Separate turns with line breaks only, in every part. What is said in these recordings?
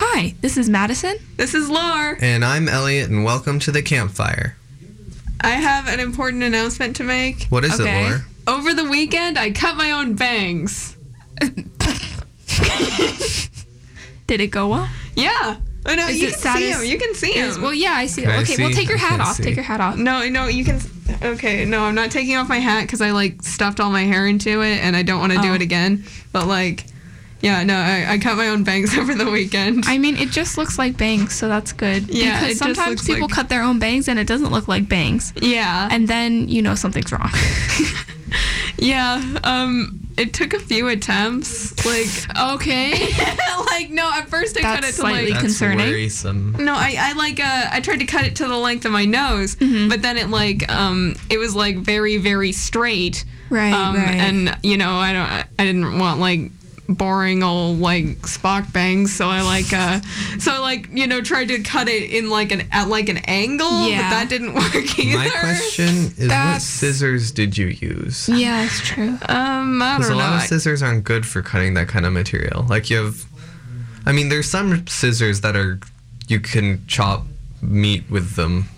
Hi, this is Madison.
This is Lar.
And I'm Elliot, and welcome to the campfire.
I have an important announcement to make.
What is
Okay.
it, Laura?
Over the weekend, I cut my own bangs.
Did it go well?
Yeah. I know.
Is
You
it
can see
satis-
him. You can see
Yes,
him.
well, yeah, I see. it.
I
Okay, well,
see,
take your
I
hat
can
off.
see.
Take your hat off.
No, no, you can. Okay, no, I'm not taking off my hat because I like stuffed all my hair into it and I don't want to do
Oh.
it again. But like, yeah, no, I, I cut my own bangs over the weekend.
I mean, it just looks like bangs, so that's good.
Yeah, it
because
just
sometimes
looks
people
like-
cut their own bangs and it doesn't look like bangs,
yeah,
and then you know something's wrong.
yeah. Um, it took a few attempts. Like, oh,
okay,
like no, at first I cut
That's
it to
slightly
like
That's concerning.
worrisome.
No, I, I like uh, I tried to cut it to the length of my nose,
Mm-hmm.
but then it like um it was like very very straight.
Right,
um,
right.
And you know I don't I didn't want like boring old like Spock bangs, so I like uh so I, like you know tried to cut it in like an at like an angle,
Yeah.
but that didn't work either.
My question is, what
That's-
scissors did you use?
yeah, it's true.
Um, I
Because
don't
a
know.
lot of
I-
scissors aren't good for cutting that kind of material. Like you have, I mean, there's some scissors that are you can chop meat with them.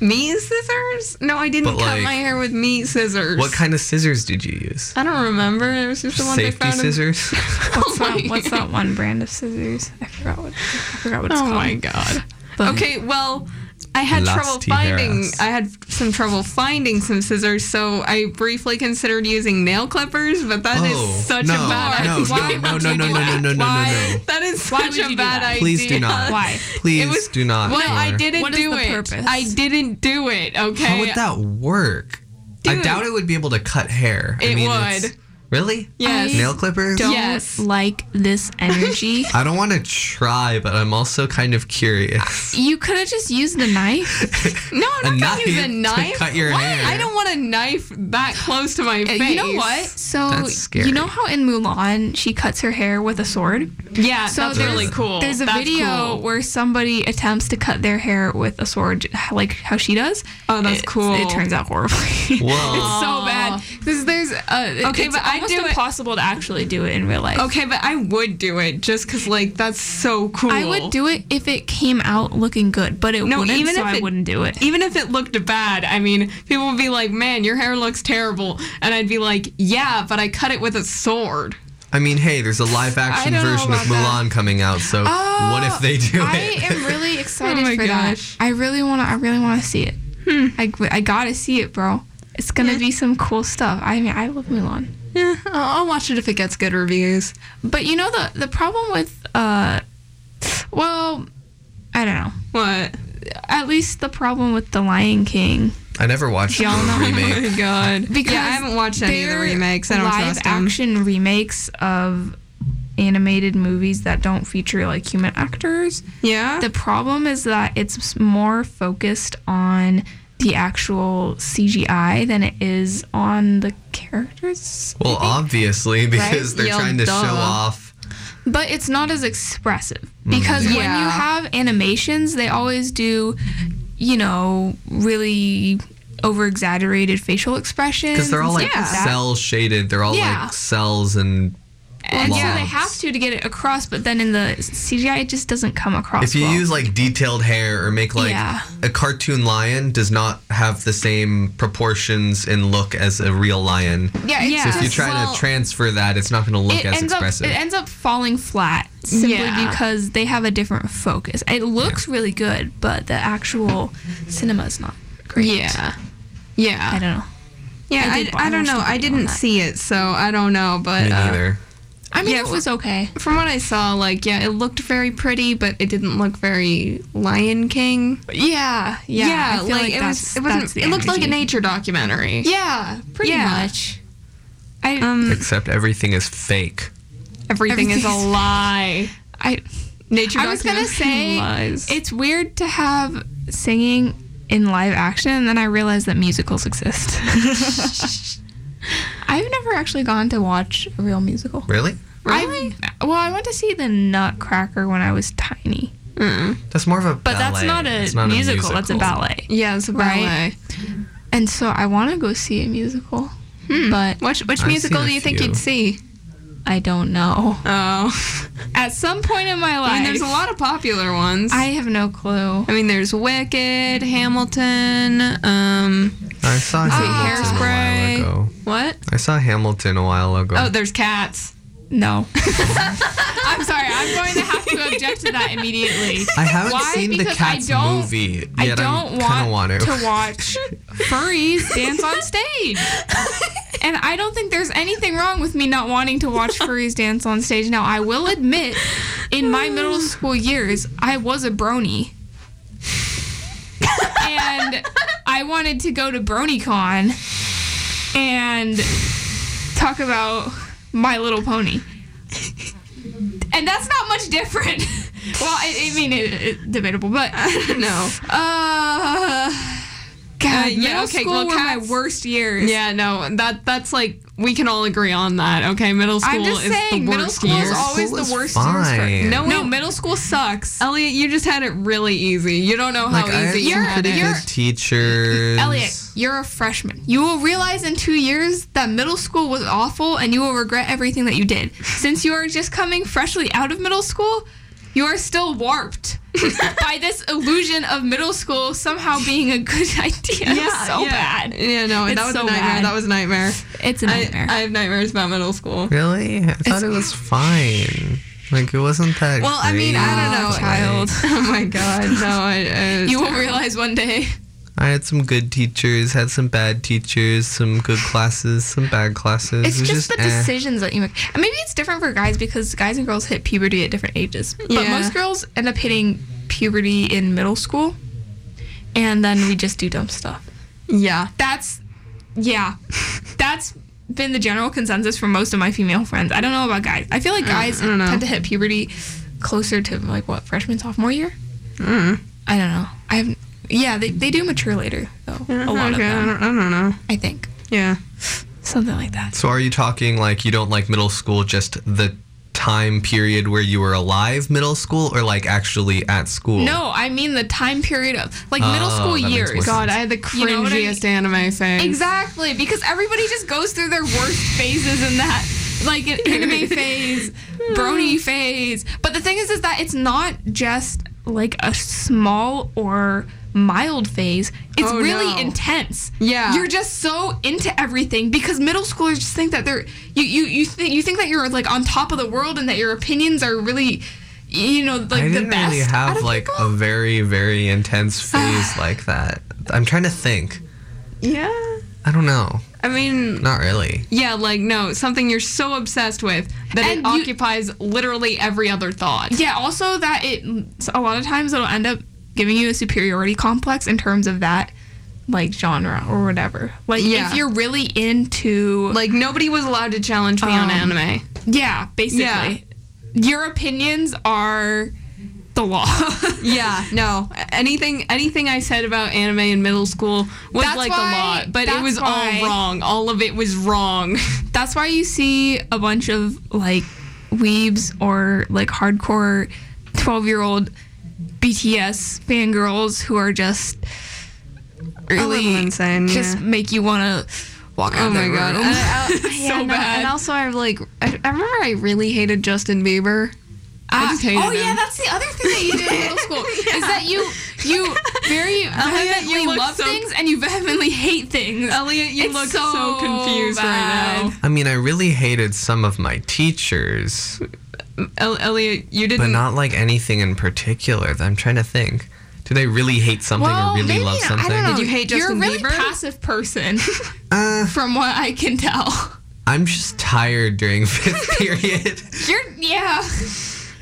meat scissors? No, I didn't
But,
cut
like,
my hair with meat scissors.
What kind of scissors did you use?
I don't remember. It was just the ones I
Safety
found. in-
scissors.
What's,
Oh my
that, what's that one brand of scissors? I forgot what I forgot what it's
Oh
called.
my god.
Mm-hmm.
But-
Okay, well, I had trouble finding.
Elastijeras.
I had some trouble finding some scissors, so I briefly considered using nail clippers. But that is such
Oh, no,
a bad
no,
idea.
Why
no,
would
no, no,
you
no,
do
no, no,
that?
no, no, no,
Why?
no.
That is
Why
such
would
a
you do
bad
that?
idea.
Please do not.
Why?
Please
It was-
do not.
Well, I
Taylor.
didn't
What is
do
the
it.
purpose?
I didn't do it. Okay.
How would that work? I
Dude.
doubt it would be able to cut hair. I
It
it's-
would.
Really?
Yes.
Nail clippers?
Don't
Yes.
like this energy.
I don't want to try, but I'm also kind of curious.
you could have just used the knife.
No,
A
I'm not gonna use a
knife to
knife.
cut your
what?
hair.
I don't want a knife that close to my face.
Uh, You know what? So
That's scary.
you know how in Mulan she cuts her hair with a sword.
Yeah,
So
that's
there's-
really cool.
There's a
Oh, That's
video
cool.
where somebody attempts to cut their hair with a sword, j- like how she does.
Oh, that's
It-
cool.
It turns out horribly.
Whoa.
It's so bad. Because there's uh, it-
Okay,
it's
but I
almost
do it-
impossible to actually do it in real life.
Okay, but I would do it just because, like, that's so cool.
I would do it if it came out looking good, but it
No,
wouldn't,
even
so
if
I
it-
wouldn't do it.
Even if it looked bad, I mean, people would be like, man, your hair looks terrible. And I'd be like, yeah, but I cut it with a sword.
I mean, hey, there's a live action
don't know
version of
about that.
Mulan coming out, so
Oh,
what if they do
I
it?
am really excited
Oh my
for
gosh. Hmm.
that. I really want to. I really want to see it. I, I gotta see it, bro. It's gonna be some cool stuff. I mean, I love Mulan,
Yeah, I'll, I'll watch it if it gets good reviews.
but you know the the problem with uh, well, I don't know.
What?
At least the problem with the Lion King
I never watched
Y'all
the
know.
remake.
Oh my god.
because
yeah, I haven't watched any of the
they're
remakes. I don't
live
trust them.
action remakes of animated movies that don't feature like human actors.
Yeah?
The problem is that it's more focused on the actual CGI than it is on the characters.
Well, obviously, because they're
Yeah,
trying to
duh.
show off.
But it's not as expressive
Mm-hmm.
because when you
Yeah.
have animations, they always do, you know, really over exaggerated facial expressions.
Because they're all
and
like
stuff that.
cell shaded. They're all
Yeah.
like cells and.
And so they
blobs.
have to to get it across, but then in the CGI, it just doesn't come across.
If you
well.
use like detailed hair or make like
Yeah.
a cartoon lion does not have the same proportions and look as a real lion.
yeah, it's
Yeah.
So if you
just-
try
well,
to transfer that, it's not going to look
it
as
ends
expressive.
up it ends up falling flat simply
Yeah.
because they have a different focus. It looks really good, but the actual cinema is not great.
yeah. Yeah.
I don't know.
yeah,
I
I,
did
I, don't
watch
know.
the
I
video on
didn't
that.
see it, so I don't know, but.
Me
uh,
neither.
I mean,
Yeah,
it was okay.
from what I saw, like, yeah, it looked very pretty, but it didn't look very Lion King.
Yeah,
yeah, like, it was. It wasn't. It looked like a nature documentary.
Yeah, pretty
Yeah.
much. I
Um,
Except everything is fake.
everything is a
everything's-
lie.
I
Nature.
I was gonna
documentary
say
lies.
it's weird to have singing in live action, and then I realized that musicals exist. I've never actually gone to watch a real musical.
Really?
really.
I, well, I went to see the Nutcracker when I was tiny,
Mm.
That's more of a
but that's
ballet.
not, a,
It's
musical, That's a ballet.
Yeah, it's a
Right?
ballet.
And so I want to go see a musical, but
Which which
I've
Hmm.
musical
seen a
do you think
few.
you'd see?
I don't know.
Oh,
At some point in my life, Oh.
I mean, there's a lot of popular ones.
I have no clue.
I mean, there's Wicked, Hamilton. Um,
I
Oh,
saw Hamilton a
Hairspray.
while ago.
what?
I saw Hamilton a while ago.
Oh, there's Cats.
No. I'm sorry. I'm going to have to object to that immediately.
I haven't
Why?
seen the
Because I
Cats
don't-
movie yet.
I don't
kinda
want,
want to.
watch furries dance on stage. And I don't think there's anything wrong with me not wanting to watch furries dance on stage. Now, I will admit, in my middle school years, I was a brony. and I wanted to go to BronyCon and talk about My Little Pony. And that's not much different. well, I, I mean, it, it, debatable, but
no.
uh, God,
Uh, yeah,
middle
okay,
school
well,
were my
cats-
worst years.
Yeah, no. That that's like we can all agree on that. Okay, middle school
I'm just
is
saying,
the worst
middle school
year.
is always
School
the
is
worst years.
fine.
For, no, no,
we-
middle school sucks.
Elliot, you just had it really easy. You don't know how
Like, I had
easy you
some
You're-
had
pretty
it.
you're-
good teachers.
Elliot, you're a freshman. You will realize in two years that middle school was awful, and you will regret everything that you did. Since you are just coming freshly out of middle school, you are still warped by this illusion of middle school somehow being a good idea.
yeah,
so
yeah.
bad.
Yeah, no,
It's
that was
so
a nightmare.
bad.
That was a nightmare.
It's a nightmare.
I, I have nightmares about middle school.
Really? I thought it was fine. Like it wasn't that.
Well, I mean, I don't know,
great, like,
child.
Oh my god, no! I, I
you will realize one day.
I had some good teachers, had some bad teachers, some good classes, some bad classes.
It's
Mm-hmm.
It was
just, the
eh.
decisions that you make. And maybe it's different for guys because guys and girls hit puberty at different ages. But
Yeah.
most girls end up hitting puberty in middle school, and then we just do dumb stuff.
yeah.
That's, yeah, that's been the general consensus for most of my female friends. I don't know about guys. I feel like guys
I don't know.
tend to hit puberty closer to like what freshman sophomore year.
Mm.
I don't know. I have, yeah, they they do mature later though. A lot of
Okay, I
them,
don't, I don't know.
I think,
Yeah.
something like that.
So are you talking like you don't like middle school, just the time period where you were alive, middle school, or like actually at school?
No, I mean the time period of like middle
Oh,
school
that makes more
years.
sense.
God, I had the
You know what I
cringiest anime phase.
Exactly, because everybody just goes through their worst phases in that, like an anime phase,
Hmm.
brony phase. But the thing is, is that it's not just like a small or mild phase. It's
Oh,
really
no.
intense.
Yeah.
you're just so into everything because middle schoolers just think that they're you you you think you think that you're like on top of the world and that your opinions are really. You know, like
I
the
didn't
best.
really
out
have
of
like
people.
a very, very intense phase like that. I'm trying to think.
Yeah.
I don't know.
I mean,
Not really.
yeah, like no, something you're so obsessed with that it
And you-
occupies literally every other thought.
Yeah, also that it a lot of times it'll end up giving you a superiority complex in terms of that like genre or whatever. Like
Yeah.
if you're really into
Like nobody was allowed to challenge me on
Um,
anime.
yeah, basically.
Yeah.
Your opinions are the law.
Yeah, no. Anything anything I said about anime in middle school was
That's
like
why-
a lot, but it
that's
was
why-
all wrong. All of it was wrong.
That's why you see a bunch of like weebs or like hardcore 12-year-old BTS fangirls who are just really
insane.
just make you want to walk out
Oh
of
my
their
god.
room.
And I- I- yeah, no,
bad.
And also I like I, I remember I really hated Justin Bieber. I
Ah,
just hated
oh yeah,
him.
that's the other thing that you did in middle school is that you you very vehemently
look
love
so-
things and you vehemently hate things.
Elliot, you
It's
look so,
so
confused right
I mean, I really hated some of my teachers,
now. El- Elliot, you
but
Mm.
didn't
not like anything in particular. I'm trying to think. Did I really hate something
well,
or really
maybe
love
not. I
something?
don't know.
Did you hate
You're
Justin
a really
Bieber?
passive person,
Uh,
from what I can tell.
I'm just tired during fifth period.
You're yeah,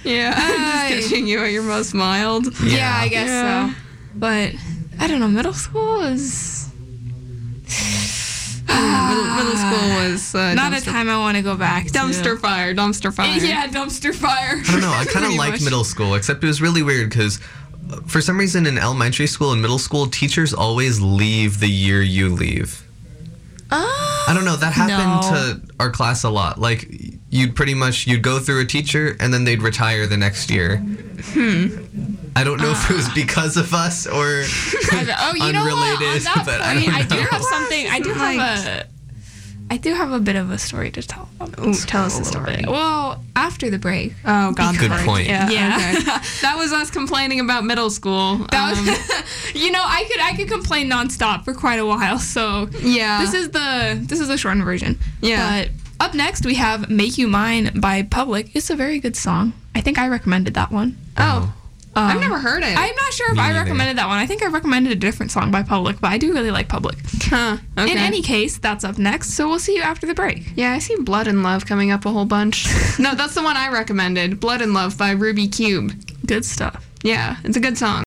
Yeah, I'm
I-
just catching you at your most mild.
yeah, I guess
Yeah.
so. But I don't know. Middle school is
middle, middle school was uh,
not
dumpster,
a time I want to go back. to.
dumpster fire, dumpster fire.
Yeah, dumpster fire.
I don't know. I kind of
Pretty
liked
much.
middle school, except it was really weird because for some reason in elementary school and middle school, teachers always leave the year you leave.
Oh,
I don't know. That happened to our class a lot. Like you'd pretty much you'd go through a teacher and then they'd retire the next year. Hmm. I don't know if it was because of us or
I was like, Ah. oh, you know what?
unrelated,
On that
but
point,
I
I,
don't
do
know.
have something. I do
Like-
have I do have a bit of a story to tell.
Ooh, tell us a story.
Well, after the break,
Oh God,
Good
sorry.
point.
Yeah,
Yeah.
okay. that was us complaining about middle school.
that
Um,
was, you know, I could I could complain nonstop for quite a while. So
yeah.
this is the this is the shortened version.
Yeah.
But up next we have "Make You Mine" by Public. It's a very good song. I think I recommended that one.
oh,
Um,
I've never heard it.
I'm not sure if
Me
I
neither.
recommended that one. I think I recommended a different song by Public, but I do really like Public.
huh. Okay.
In any case, that's up next. So we'll see you after the break.
Yeah, I see Blood and Love coming up a whole bunch. no, that's the one I recommended. Blood and Love by Ruby Cube.
Good stuff.
Yeah, it's a good song.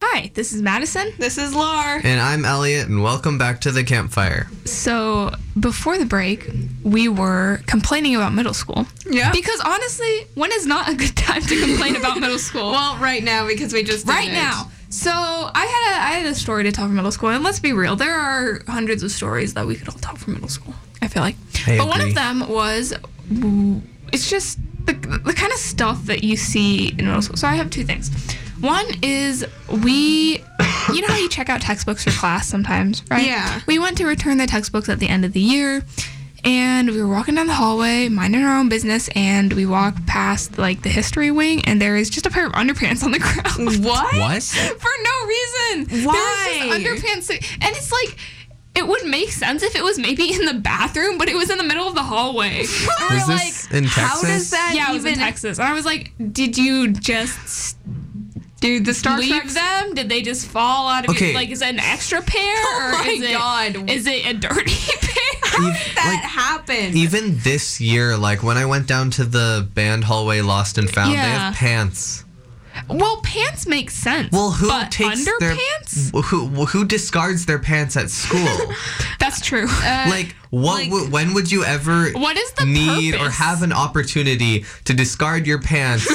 Hi, this is Madison.
This is Lar.
And I'm Elliot, and welcome back to the campfire.
So before the break, we were complaining about middle school.
Yeah.
Because honestly, when is not a good time to complain about middle school?
Well, right now because we just did
right
it.
now. So I had a I had a story to tell from middle school, and let's be real, there are hundreds of stories that we could all tell from middle school. I feel like,
I
but one
agree.
of them was, w- it's just the the kind of stuff that you see in middle school. So I have two things. One is we, you know how you check out textbooks for class sometimes, right?
Yeah.
We went to return the textbooks at the end of the year, and we were walking down the hallway, minding our own business, and we walked past like the history wing, and there is just a pair of underpants on the ground
What?
What?
for no reason.
Why?
There was just underpants, that- and it's like it would make sense if it was maybe in the bathroom, but it was in the middle of the hallway. And we're
Was this in Texas?
How does that
yeah, it was
even
in Texas, and I was like, "Did you just
Dude, the Star
leave
Trek
them? Did they just fall out of
Okay.
your like? Is it an extra pair, or
Oh my
is it
God.
is it a dirty pair?
Ev- like,
happened.
even this year, like when I went down to the band hallway, lost and found, they
Yeah.
have pants.
well, pants make sense.
Well, who
but
takes their
underpants?
Who who discards their pants at school?
That's true.
like what?
like-
would when would you ever
what is the
need
purpose?
or have an opportunity to discard your pants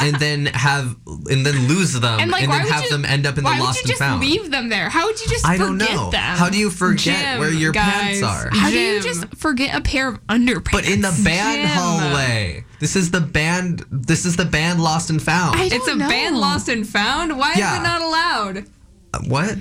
and then have and then lose them
And like, why
then
would
have
you,
them end up in the
why
lost
would you just
and found?
leave them there? How would you just
I don't
forget
know.
them?
How do you forget
Jim,
where your
guys.
pants are?
How do you
Jim.
just forget a pair of underpants?
But in the band
Jim.
hallway. This is the band. This is the band Lost and Found.
I don't
it's a
know.
band lost and found. Why is
Yeah.
it not allowed?
Uh, what?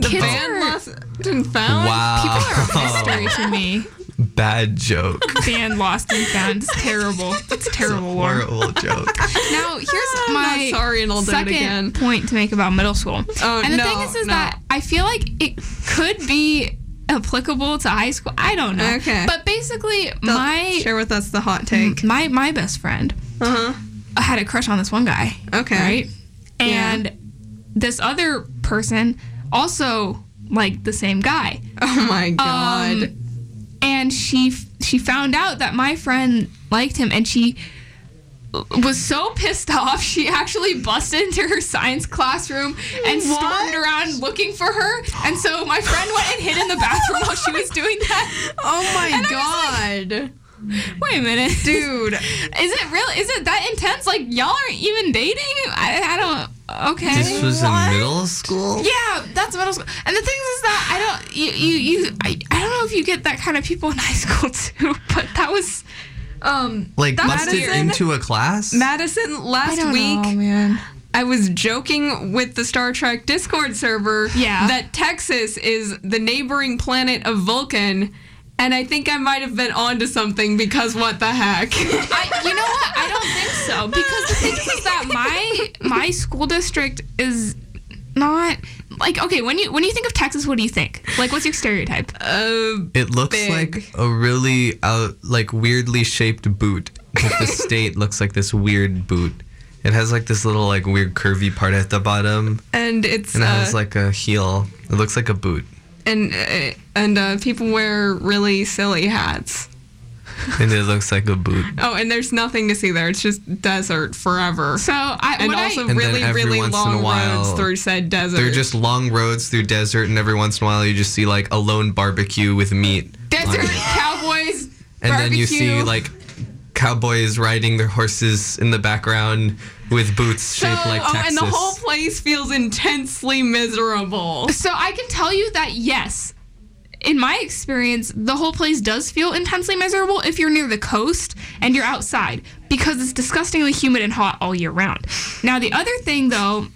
The
Kids
band
are-
lost and found.
People are a
Wow.
mystery to me.
Bad joke.
Band lost and found. It's terrible. It's terrible. War.
Horrible joke.
Now here's
Ah, I'm
my
not sorry, and I'll do it
second
again.
point to make about middle school.
Oh,
and the
no,
thing is, is
no.
that I feel like it could be applicable to high school. I don't know.
Okay.
But basically, my
They'll Oh,
Hmm. Uh-huh.
share with us the hot take.
my my best friend
Uh
had a crush on this one guy.
huh. Okay.
right? And this other person also liked the same guy.
Oh my
Um,
god.
and she f- she found out that my friend liked him, and she was so pissed off. She actually busted into her science classroom and stormed around looking for her. And so my friend went and hid in the bathroom while she was doing that.
oh my
and
god.
Wait a minute,
Dude.
Is it really? Is it that intense? Like y'all aren't even dating? I, I don't. Okay.
This was in middle school.
Yeah, that's middle school. And the thing is that I don't you you, you I, I don't know if you get that kind of people in high school too, but that was um
Like
That's
busted
weird.
into a class.
Madison, last week
man.
I was joking with the Star Trek Discord server
Yeah.
that Texas is the neighboring planet of Vulcan. And I think I might have been onto something because what the heck?
I, you know what? I don't think so because the thing is that my my school district is not like okay, when you when you think of Texas, what do you think? Like what's your stereotype?
Uh,
It looks
Big.
like a really uh, like weirdly shaped boot. But the state looks like this weird boot. It has like this little like weird curvy part at the bottom,
and it's
and it
uh,
has like a heel. It looks like a boot,
and uh, and uh, people wear really silly hats.
and it looks like a boot.
Oh, and there's nothing to see there. It's just desert forever.
So I
and
what I-
also
then
really,
every
really
once in a
long
while,
roads through said desert.
They're just long roads through desert, and every once in a while you just see like a lone barbecue with meat,
desert cowboys
and then you see
barbecue.
like cowboys riding their horses in the background with boots
so,
shaped like
oh,
Texas.
and the whole place feels intensely miserable.
So I can tell you that yes, in my experience, the whole place does feel intensely miserable if you're near the coast and you're outside because it's disgustingly humid and hot all year round. Now, the other thing, though,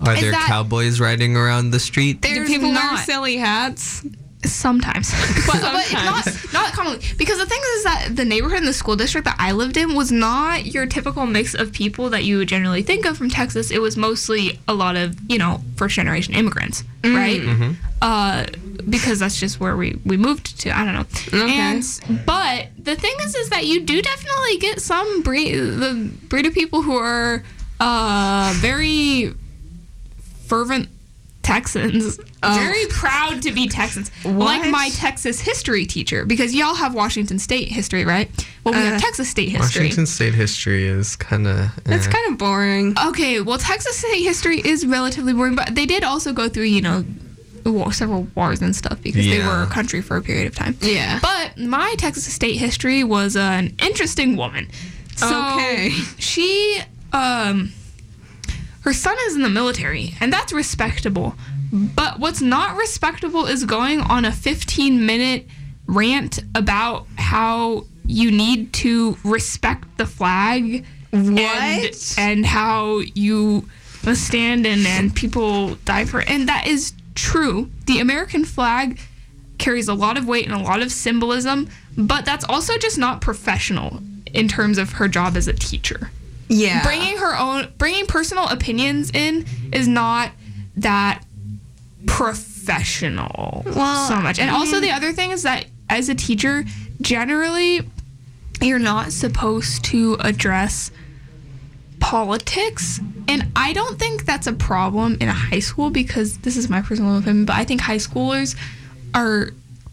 Are
Is
there
that-
cowboys riding around the street?
there's
Do people
not.
wear silly hats?
Sometimes, but, but it's
Sometimes.
not not commonly because the thing is, is that the neighborhood and the school district that I lived in was not your typical mix of people that you would generally think of from Texas. It was mostly a lot of you know first generation immigrants,
Mm.
right? Uh, because that's just where we we moved to. I don't know.
Okay.
And but the thing is, is that you do definitely get some breed the breed of people who are uh very fervent Texans.
Oh.
Very proud to be Texans. Like
What?
my Texas history teacher, because y'all have Washington State history, right? Well, we
Uh,
have Texas State history.
Washington state history is eh. kind of.
That's kind of boring.
Okay, well, Texas State history is relatively boring, but they did also go through, you know, wa- several wars and stuff because they were
Yeah.
a country for a period of time.
Yeah.
But my Texas State history was an interesting woman. So
Okay.
she um her son is in the military and that's respectable. But what's not respectable is going on a 15 minute rant about how you need to respect the flag and,
What?
and how you must stand and, and people die for it. And that is true. The American flag carries a lot of weight and a lot of symbolism, but that's also just not professional in terms of her job as a teacher.
Yeah.
Bringing her own, bringing personal opinions in is not that professional
Well,
so much. And
I
also,
mean-
the other thing is that as a teacher, generally, you're not supposed to address politics. And I don't think that's a problem in a high school because this is my personal opinion, but I think high schoolers are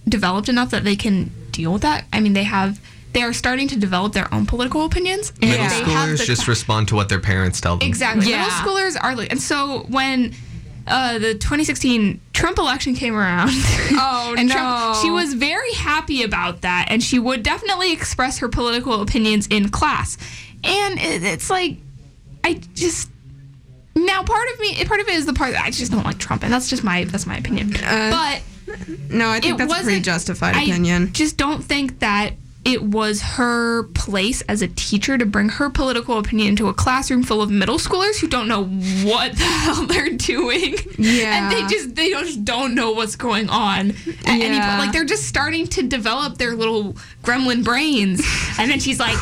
developed enough that they can deal with that. I mean, they have. They are starting to develop their own political opinions. and
Middle
they have
schoolers
the
just respond to what their parents tell them.
Exactly.
Yeah.
Middle schoolers are like, and so when uh, the 2016 Trump election came around,
Oh,
and
no.
she was very happy about that, and she would definitely express her political opinions in class. And it, it's like, I just now part of me, part of it is the part that I just don't like Trump, and that's just my that's my opinion.
Uh,
but
no, I think
it
that's a pretty
wasn't-
justified
I
opinion.
just don't think that it was her place as a teacher to bring her political opinion into a classroom full of middle schoolers who don't know what the hell they're doing. And
Yeah.
they just they just don't know what's going on at any
Yeah.
point. Like they're just starting to develop their little gremlin brains. And then she's like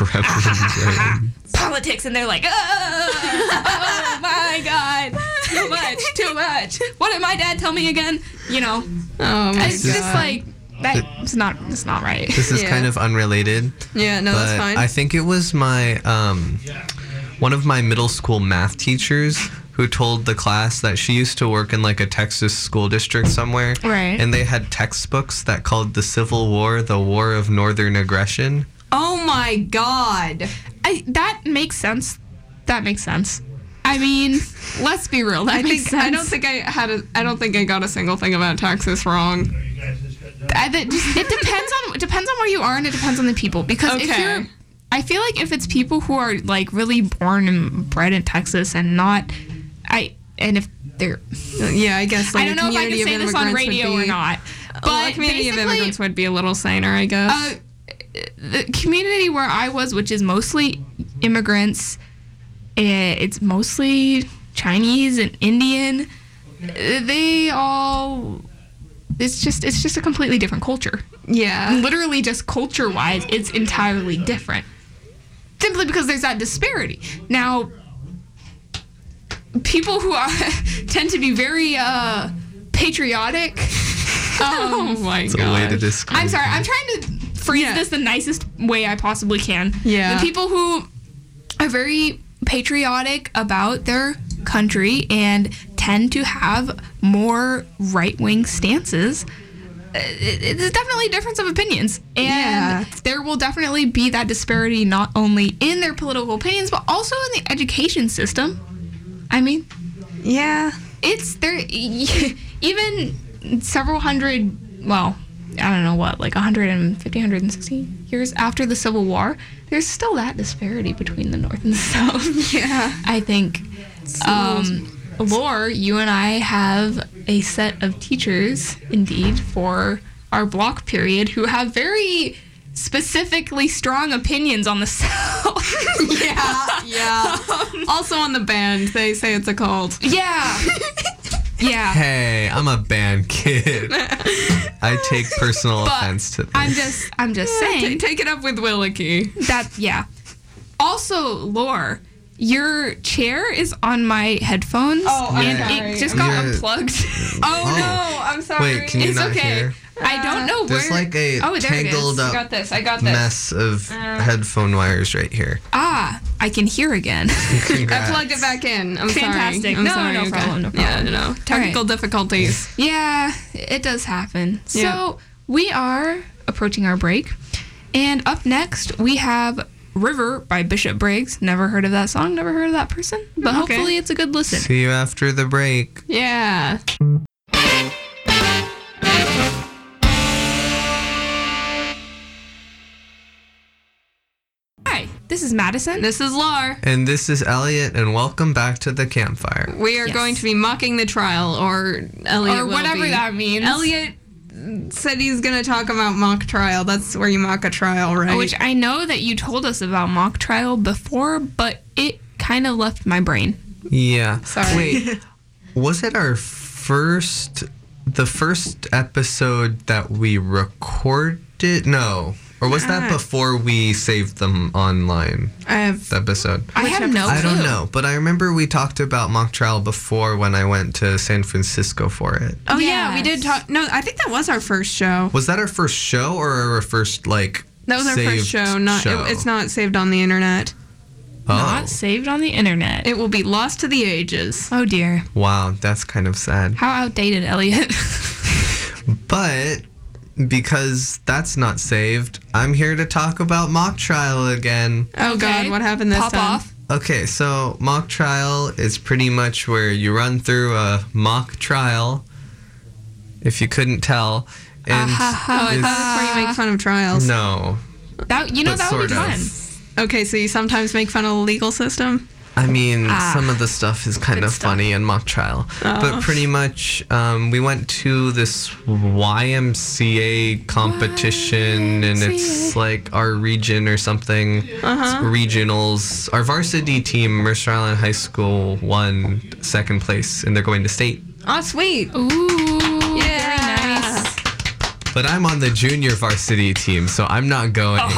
politics and they're like, oh, oh my god. Too much, too much. What did my dad tell me again? You know.
Oh my
It's
god.
just like that. It's not. It's not right.
This is
Yeah.
kind of unrelated,
yeah, no, that's
but
fine.
I think it was my um, one of my middle school math teachers who told the class that she used to work in like a Texas school district somewhere,
Right.
And they had textbooks that called the Civil War the War of Northern Aggression.
oh my god.
I, that makes sense. That makes sense. I mean, let's be real. That
I
makes
think
sense.
I don't think I had a I don't think I got a single thing about Texas wrong.
I, that just, it depends on it depends on where you are and it depends on the people because if
Okay.
you're I feel like if it's people who are like really born and bred in Texas and not I and if they're
Yeah, I guess. Like,
I don't
a
know if I can
community of
say this on
immigrants would
radio or
be-
not. But
well, a community of
basically,
immigrants would be a little saner, I guess.
Uh, the community where I was, which is mostly immigrants, eh, it's mostly Chinese and Indian. eh, They all. It's just it's just a completely different culture.
yeah.
Literally, just culture wise, it's entirely different. Simply because there's that disparity. Now, people who are, tend to be very uh, patriotic. Um,
Oh my
It's a way
god.
to describe.
I'm sorry. I'm trying to phrase
Yeah.
this the nicest way I possibly can.
Yeah.
The people who are very patriotic about their country and tend to have more right wing stances. uh, it- It's definitely a difference of opinions. And
Yeah.
there will definitely be that disparity not only in their political opinions, but also in the education system. I mean,
yeah.
it's there even several hundred well i don't know what like 150 160 years after the civil war there's still that disparity between the north and the south
Yeah.
i think um lore you and i have a set of teachers indeed for our block period who have very specifically strong opinions on the South.
yeah, yeah. also on the band, they say it's a cult.
yeah. yeah.
Hey, I'm a band kid. I take personal
But
offense to this.
I'm just I'm just
Ta-
saying
take it up with Willicky.
that yeah. Also, Lore, your chair is on my headphones.
Oh, I'm
and
sorry.
it just got
Yeah.
unplugged.
Oh,
Oh.
no, I'm sorry.
Wait, can you
it's
not
okay.
hear?
I don't know where
There's like a
Oh, there it is.
tangled
I got
up
this. I got this.
mess of
Uh.
headphone wires right here.
Ah, I can hear again.
I
Congrats.
plugged it back in. I'm sorry.
Fantastic.
I'm
No,
sorry.
no
Okay.
problem, no
Yeah,
problem.
no. Technical difficulties.
Yeah, it does happen.
Yeah.
So we are approaching our break. And up next, we have River by Bishop Briggs. Never heard of that song, never heard of that person, but
Oh, Okay.
hopefully it's a good listen.
See you after the break.
Yeah.
Hi, this is Madison.
This is Lar.
And this is Elliot, and welcome back to the campfire.
We are
Yes.
going to be mocking the trial, or Elliot
Or
will
whatever
be. E
that means.
Elliot said he's going to talk about mock trial. That's where you mock a trial, right?
Oh, Which I know that you told us about mock trial before, but it kind of left my brain.
Yeah.
Sorry.
Wait, was it our first, the first episode that we recorded? No. Or was that before we saved them online
I have.
episode?
I have no clue.
I don't know, but I remember we talked about mock trial before when I went to San Francisco for it.
Oh yeah, we
Yes.
did talk. No, I think that was our first show.
Was that our first show or our first like?
That was our first
saved
show. Not
show?
It, it's not saved on the internet.
Oh,
Not saved on the internet.
It will be lost to the ages.
oh dear.
wow, that's kind of sad.
How outdated, Elliot.
But because that's not saved, I'm here to talk about mock trial again.
Oh God,
Okay.
what happened this
Pop
time?
off.
Okay, so mock trial is pretty much where you run through a mock trial, if you couldn't tell. And
Oh, I thought
it's-
that's where you make fun of trials.
no,
That you know
But
that would
sort
be
of.
fun.
Okay, so you sometimes make fun of the legal system.
I mean,
Ah,
some of the stuff is kind
good
of
stuff. Oh.
funny in mock trial, but pretty much um, we went to this YMCA competition, and it's like our region or something.
Uh-huh.
It's Regionals. Our varsity team, Mercer Island High School, won second place, and they're going to state.
Oh, sweet.
Ooh,
Yeah.
very nice.
But I'm on the junior varsity team, so I'm not going.
Oh.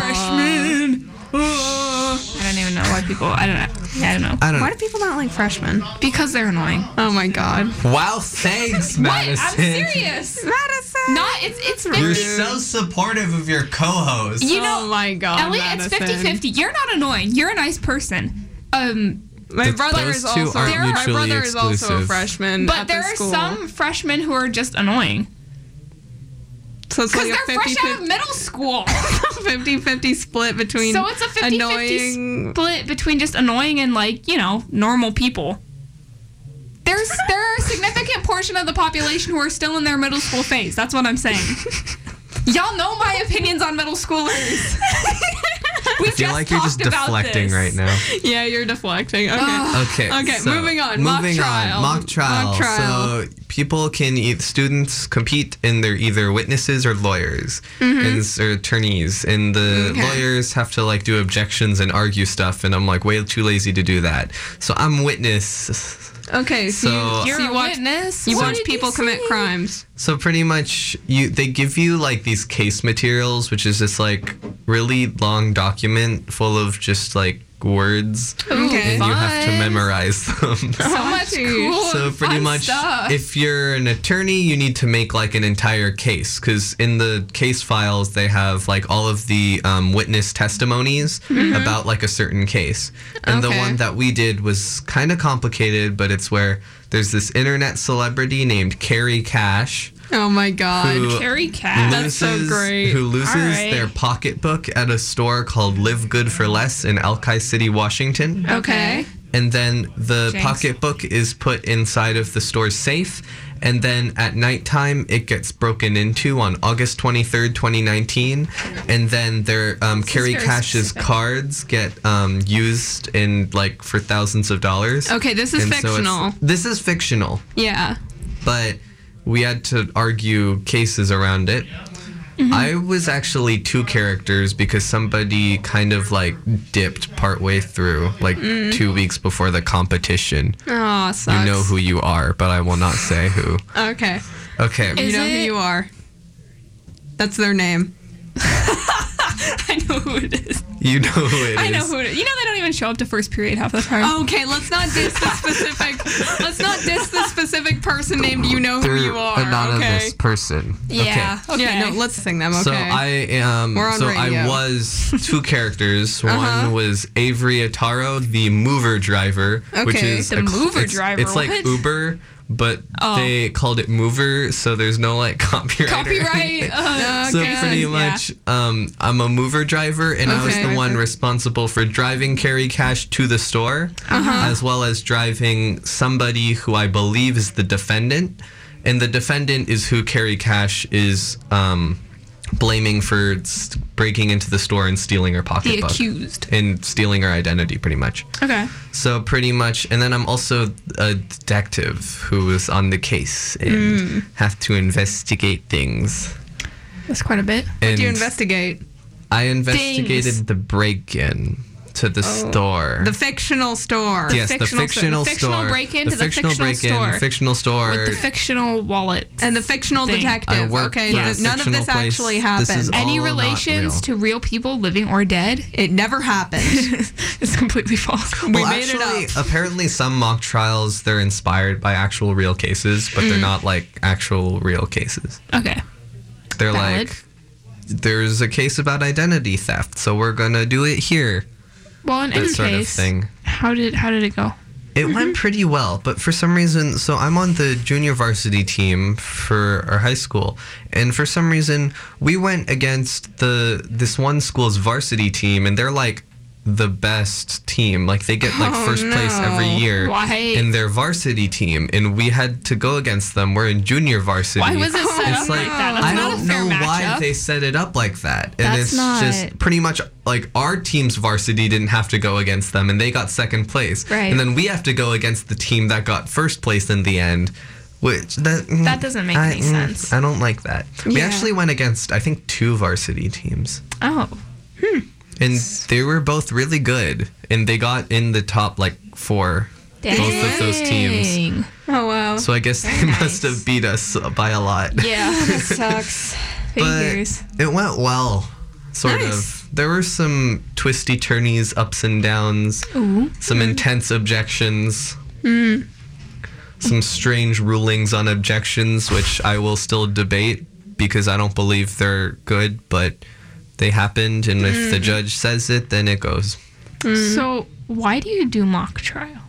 Freshman. Uh-huh. I don't even know why people. I don't know. Yeah, I don't know.
I don't.
Why do people not like freshmen?
Because they're annoying.
Oh my God.
wow, thanks, Madison.
I'm serious.
Madison.
Not it's it's 50,
You're
you
so supportive of your co-host.
know.
oh my God.
Elliot,
Madison.
it's 50-50. You're not annoying. You're a nice person. Um,
My
Th-
brother
those
is
two
also.
aren't
There- my
mutually
brother is also a
exclusive.
freshman.
but
at
there
the
are
school.
some freshmen who are just annoying
So it's
because
like
they're
a 50
fresh out of middle school.
50 50 split between
so it's a 50-50
annoying.
split between just annoying and like you know normal people. There's there are a significant portion of the population who are still in their middle school phase. That's what I'm saying. Y'all know my opinions on middle schoolers. We
I feel
just
like you're just
talked about
deflecting
this.
right now.
yeah, you're deflecting. Okay.
Okay.
Okay, moving on. Mock
Moving
trial.
on. Mock trial.
Mock trial.
So people can eat, students compete and they're either witnesses or lawyers and s- or attorneys, and the
Mm-hmm. Okay.
lawyers have to like do objections and argue stuff, and I'm like way too lazy to do that. So I'm witness.
okay, so,
So-
you,
You're
so you
a
watch
witness.
you
What
watch
did
people
he
commit
say?
crimes.
So pretty much you they give you like these case materials, which is this like really long document full of just like words.
Okay.
And you have to
Fun.
memorize them.
So much
Jeez.
cool.
so
and
pretty
fun
much
stuff.
if you're an attorney you need to make like an entire case because in the case files they have like all of the um, witness testimonies about like a certain case and
Mm-hmm. Okay.
the one that we did was kind of complicated but it's where there's this internet celebrity named carrie cash
Oh my god.
Who-
Carrie Cat.
That's so great.
Who loses
Alright.
their pocketbook at a store called Live Good for Less in Alki City, Washington
okay.
and then the
Jinx.
pocketbook is put inside of the store's safe and then at nighttime it gets broken into on august 23rd 2019 and then their um, carrie
very
cash's
specific.
cards get um, used in like for thousands of dollars
Okay, this is
And so it's-
fictional.
this is fictional
yeah.
but we had to argue cases around it
Mm-hmm.
I was actually two characters because somebody kind of like dipped partway through, like
Mm-hmm.
two weeks before the competition.
Oh, sucks.
You know who you are, but I will not say who.
Okay.
Okay.
Is
you know who
it-
you are. That's their name.
I know who it is.
you know who it is.
I know who it is. You know they don't even show up to first period half the time.
Okay, let's not diss the specific. let's not diss the specific person named. You know who
They're
you are.
anonymous
Okay.
person.
yeah. Okay.
Yeah. No, let's sing them. Okay.
So I am.
We're on
so
radio. Uh-huh.
I was two characters. One was Avery Ataro, the mover driver, which
Okay.
is
The mover
it's,
driver,
It's like
what? Oh.
Uber, but they called it mover, so there's no like copyright. or
Copyright.
anything.
Uh,
So
okay.
pretty
Yeah.
much, um, I'm a mover driver, and I was
Okay.
the one responsible for driving Carrie Cash to the store, as well as driving somebody who I believe is the defendant, and the defendant is who Carrie Cash is um, blaming for s- breaking into the store and stealing her
The
pocketbook
accused.
and stealing her identity, pretty much.
Okay.
So pretty much, and then I'm also a detective who is on the case and have to investigate things.
That's quite a bit.
And
do you investigate
I investigated
Things.
the break-in to the store.
the fictional store.
yes, the
fictional- the
fictional,
fictional
store.
break-in
the
to the
fictional
fictional
break-in,
store.
fictional store.
With the fictional wallet.
And the fictional
Thing.
I
detective.
worked
Okay.
for a
th- None of
fictional
this
place.
actually
This is
happened.
all
Any
not
relations
real.
to real people living or dead?
it never happened.
it's completely false.
we
well,
made it
actually,
up.
apparently, some mock trials they're inspired by actual real cases, but
Mm.
they're not like actual real cases.
Okay.
They're
Valid.
like, there's a case about identity theft, so we're gonna do it here.
Well, in
That
any
sort
case,
of thing.
how did how did it go?
It
Mm-hmm.
went pretty well, but for some reason, so I'm on the junior varsity team for our high school, and for some reason, we went against the this one school's varsity team, and they're like the best team. Like they get like
Oh,
first place every
no.
year
Why?
in their varsity team, and we had to go against them. We're in junior varsity.
Why was it
Oh,
set
It's
up
like,
like that? That's
I
not
don't
a fair
know
matchup.
why they set it up like that. And
That's
it's
not-
just pretty much like our team's varsity didn't have to go against them and they got second place.
Right.
And then we have to go against the team that got first place in the end. Which that mm,
That doesn't make
I-
any
mm,
sense.
I don't like that. We
Yeah.
actually went against I think two varsity teams.
oh,
And they were both really good. And they got in the top like four. Both of those teams.
Dang.
oh wow.
So I guess they
nice.
must have beat us by a lot.
Yeah,
That sucks.
figures.
But it went well, sort
Nice.
of. There were some twisty turnies, ups and downs,
Ooh.
some
Mm-hmm.
intense objections,
Mm.
some strange rulings on objections, which I will still debate because I don't believe they're good, but they happened, and if
Mm-hmm.
the judge says it, then it goes.
So why do you do mock trial?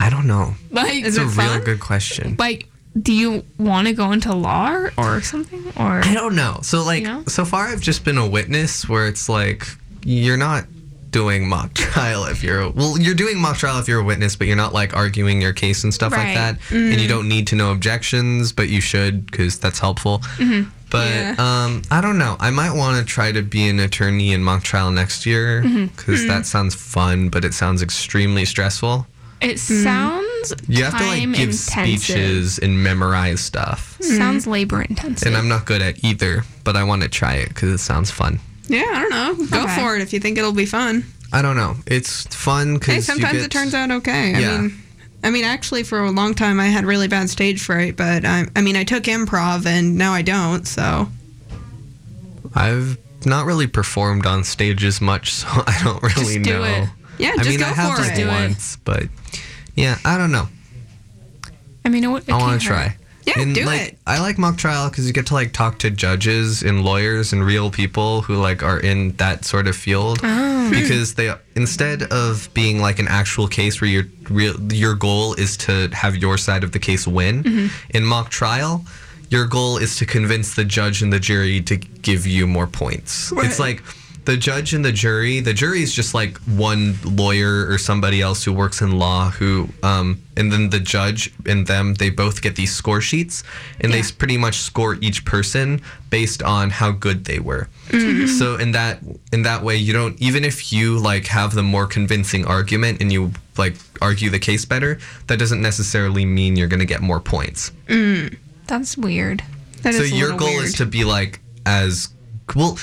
I don't know.
Like,
Is
It's a
it
real
fun?
good question.
like, do you want to go into law or, or something? Or
I don't know. So like
Yeah.
so far I've just been a witness where it's like you're not doing mock trial if you're well you're doing mock trial if you're a witness but you're not like arguing your case and stuff
Right. Mm-hmm.
like that and you don't need to know objections but you should cuz that's helpful.
Mm-hmm.
But
Yeah.
um I don't know. I might want to try to be an attorney in mock trial next year
Mm-hmm.
cuz that sounds fun but it sounds extremely stressful.
it sounds
You have to
time
like give
intensive.
speeches and memorize stuff.
Sounds labor intensive.
And I'm not good at either, but I want to try it cuz it sounds fun.
Yeah, I don't know. Go
Okay.
for it if you think it'll be fun.
I don't know. It's fun because
Hey, sometimes it turns out okay. I
Yeah.
mean, I mean, actually, for a long time, I had really bad stage fright, but I, I mean, I took improv and now I don't. So
I've not really performed on stages much, so I don't really
Just do
know.
it.
yeah,
I
just
mean,
go
I have
for
like
it.
do it.
once, but yeah, I don't know.
I mean, it, it
I want
can't
to
hurt.
try.
Yeah,
and
do
like,
it.
I like mock trial because you get to like talk to judges and lawyers and real people who like are in that sort of field.
Ah. Hmm.
Because they instead of being like an actual case where your real your goal is to have your side of the case win,
Mm-hmm.
in mock trial, your goal is to convince the judge and the jury to give you more points. It's like the judge and the jury. The jury is just like one lawyer or somebody else who works in law who, um, and then the judge and them, they both get these score sheets and they s- pretty much score each person based on how good they were. So in that in that way, you don't even if you like have the more convincing argument and you like argue the case better, that doesn't necessarily mean you're going to get more points
That's weird.
That
so
is a
your
little
goal
weird.
is to be like as well.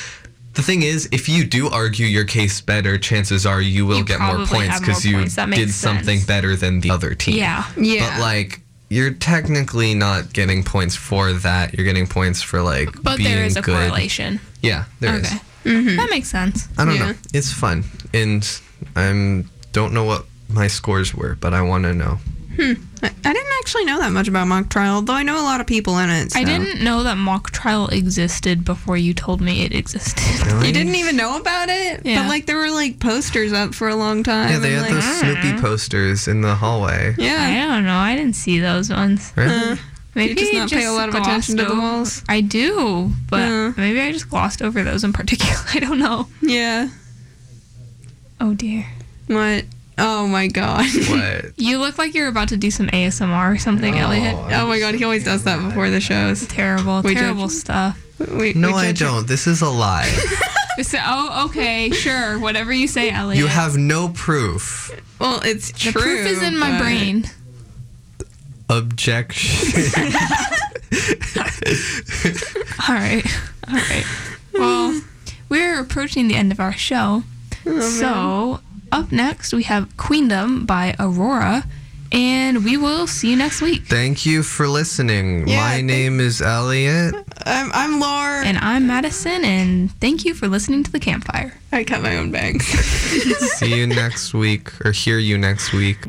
The thing is, if you do argue your case better, chances are you will
You
get more
probably
points
have more
because you
points. That makes
did something
sense.
better than the other team.
Yeah.
Yeah.
But like, you're technically not getting points for that. You're getting points for like
But
being
there is a
good.
correlation.
Yeah, there is.
Okay. That makes sense.
I don't
Yeah.
know. It's fun, and I'm don't know what my scores were, but I want to know.
I I didn't actually know that much about mock trial, though I know a lot of people in it.
I
so-
didn't know that mock trial existed before you told me it existed.
You didn't even know about it,
Yeah.
but like there were like posters up for a long time.
Yeah, they
and, like,
had those
"Ah."
Snoopy posters in the hallway.
Yeah,
I don't know. I didn't see those ones.
Right?
Maybe
just
I
not pay a lot of
glossed
attention to the
over-
walls?
I do, but
Yeah.
maybe I just glossed over those in particular. I don't know.
yeah.
Oh dear.
What? Oh my god.
what?
You look like you're about to do some ASMR or something,
No.
Elliot.
oh my god, he always does that before the shows.
Terrible,
We judge
terrible
you.
stuff.
We,
No,
we
I
judge him.
don't. This is a lie.
So, oh, okay, sure. Whatever you say,
Oh,
Elliot.
You have no proof.
Well, it's
the
true.
proof is in my
but-
brain.
Objection.
All right. All right. Well, we're approaching the end of our show.
Mm-hmm.
so, up next, we have Queendom by Aurora, and we will see you next week.
Thank you for listening.
Yeah,
my
thank-
name is Elliot.
I'm, I'm Laura.
And I'm Madison, and thank you for listening to The Campfire.
I cut my own bangs.
See you next week, or hear you next week.